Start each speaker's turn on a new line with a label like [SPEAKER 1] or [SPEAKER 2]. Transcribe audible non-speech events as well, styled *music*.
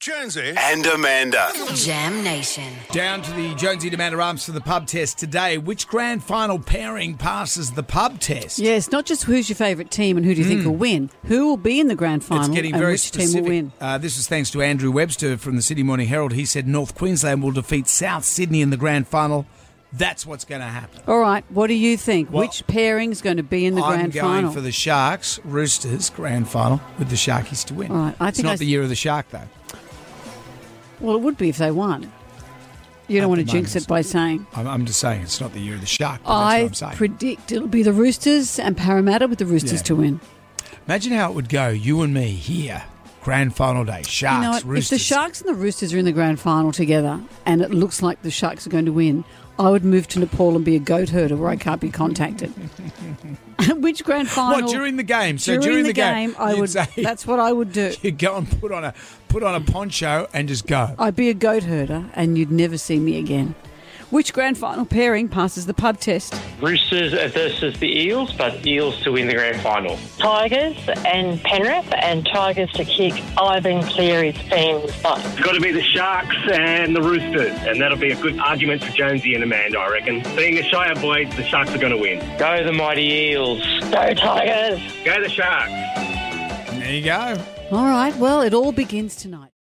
[SPEAKER 1] Jonesy.
[SPEAKER 2] and Amanda.
[SPEAKER 3] Jam Nation.
[SPEAKER 4] Down to the Jonesy Demander Arms for the pub test today. Which grand final pairing passes the pub test?
[SPEAKER 5] Yes, not just who's your favourite team and who do you think will win, who will be in the grand final
[SPEAKER 4] Hmm. It's getting
[SPEAKER 5] and
[SPEAKER 4] very
[SPEAKER 5] which
[SPEAKER 4] specific.
[SPEAKER 5] team will win.
[SPEAKER 4] Uh, this was thanks to Andrew Webster from the City Morning Herald. He said North Queensland will defeat South Sydney in the grand final. That's what's going to happen.
[SPEAKER 5] All right, what do you think?
[SPEAKER 4] Well,
[SPEAKER 5] which pairing's going to be in the
[SPEAKER 4] I'm
[SPEAKER 5] grand
[SPEAKER 4] going
[SPEAKER 5] final?
[SPEAKER 4] for the Sharks Roosters grand final with the Sharkies to win.
[SPEAKER 5] All right, I
[SPEAKER 4] it's
[SPEAKER 5] think
[SPEAKER 4] not
[SPEAKER 5] I-
[SPEAKER 4] the year of the shark though.
[SPEAKER 5] well, it would be if they won. You
[SPEAKER 4] At
[SPEAKER 5] don't want
[SPEAKER 4] the
[SPEAKER 5] to jinx
[SPEAKER 4] moment.
[SPEAKER 5] it by saying.
[SPEAKER 4] I'm, I'm just saying it's not the year of the shark. But
[SPEAKER 5] I
[SPEAKER 4] that's what I'm saying.
[SPEAKER 5] predict it'll be the Roosters and Parramatta with the Roosters
[SPEAKER 4] Yeah.
[SPEAKER 5] to win.
[SPEAKER 4] Imagine how it would go, you and me here, grand final day. Sharks
[SPEAKER 5] you know what?
[SPEAKER 4] Roosters.
[SPEAKER 5] If the Sharks and the Roosters are in the grand final together and it looks like the Sharks are going to win, I would move to Nepal and be a goat herder where I can't be contacted. *laughs* which grand final?
[SPEAKER 4] What during the game? So
[SPEAKER 5] during,
[SPEAKER 4] during
[SPEAKER 5] the, game, I
[SPEAKER 4] you'd
[SPEAKER 5] would.
[SPEAKER 4] say
[SPEAKER 5] *laughs* That's what I
[SPEAKER 4] *laughs*
[SPEAKER 5] would do.
[SPEAKER 4] you'd go and put on a put on a poncho and just go.
[SPEAKER 5] I'd be a goat herder, and you'd never see me again. Which grand final pairing passes the pub test?
[SPEAKER 6] Roosters versus the Eels, but Eels to win the grand final.
[SPEAKER 7] Tigers and Penrith, and Tigers to kick Ivan Cleary's team's butt.
[SPEAKER 8] It's got to be the Sharks and the Roosters, and that'll be a good argument for Jonesy and Amanda, I reckon. Being a Shire boy, the Sharks are going to win.
[SPEAKER 6] Go the mighty Eels.
[SPEAKER 7] Go Tigers!
[SPEAKER 8] Go the Sharks!
[SPEAKER 4] There you go.
[SPEAKER 5] All right. Well, it all begins tonight.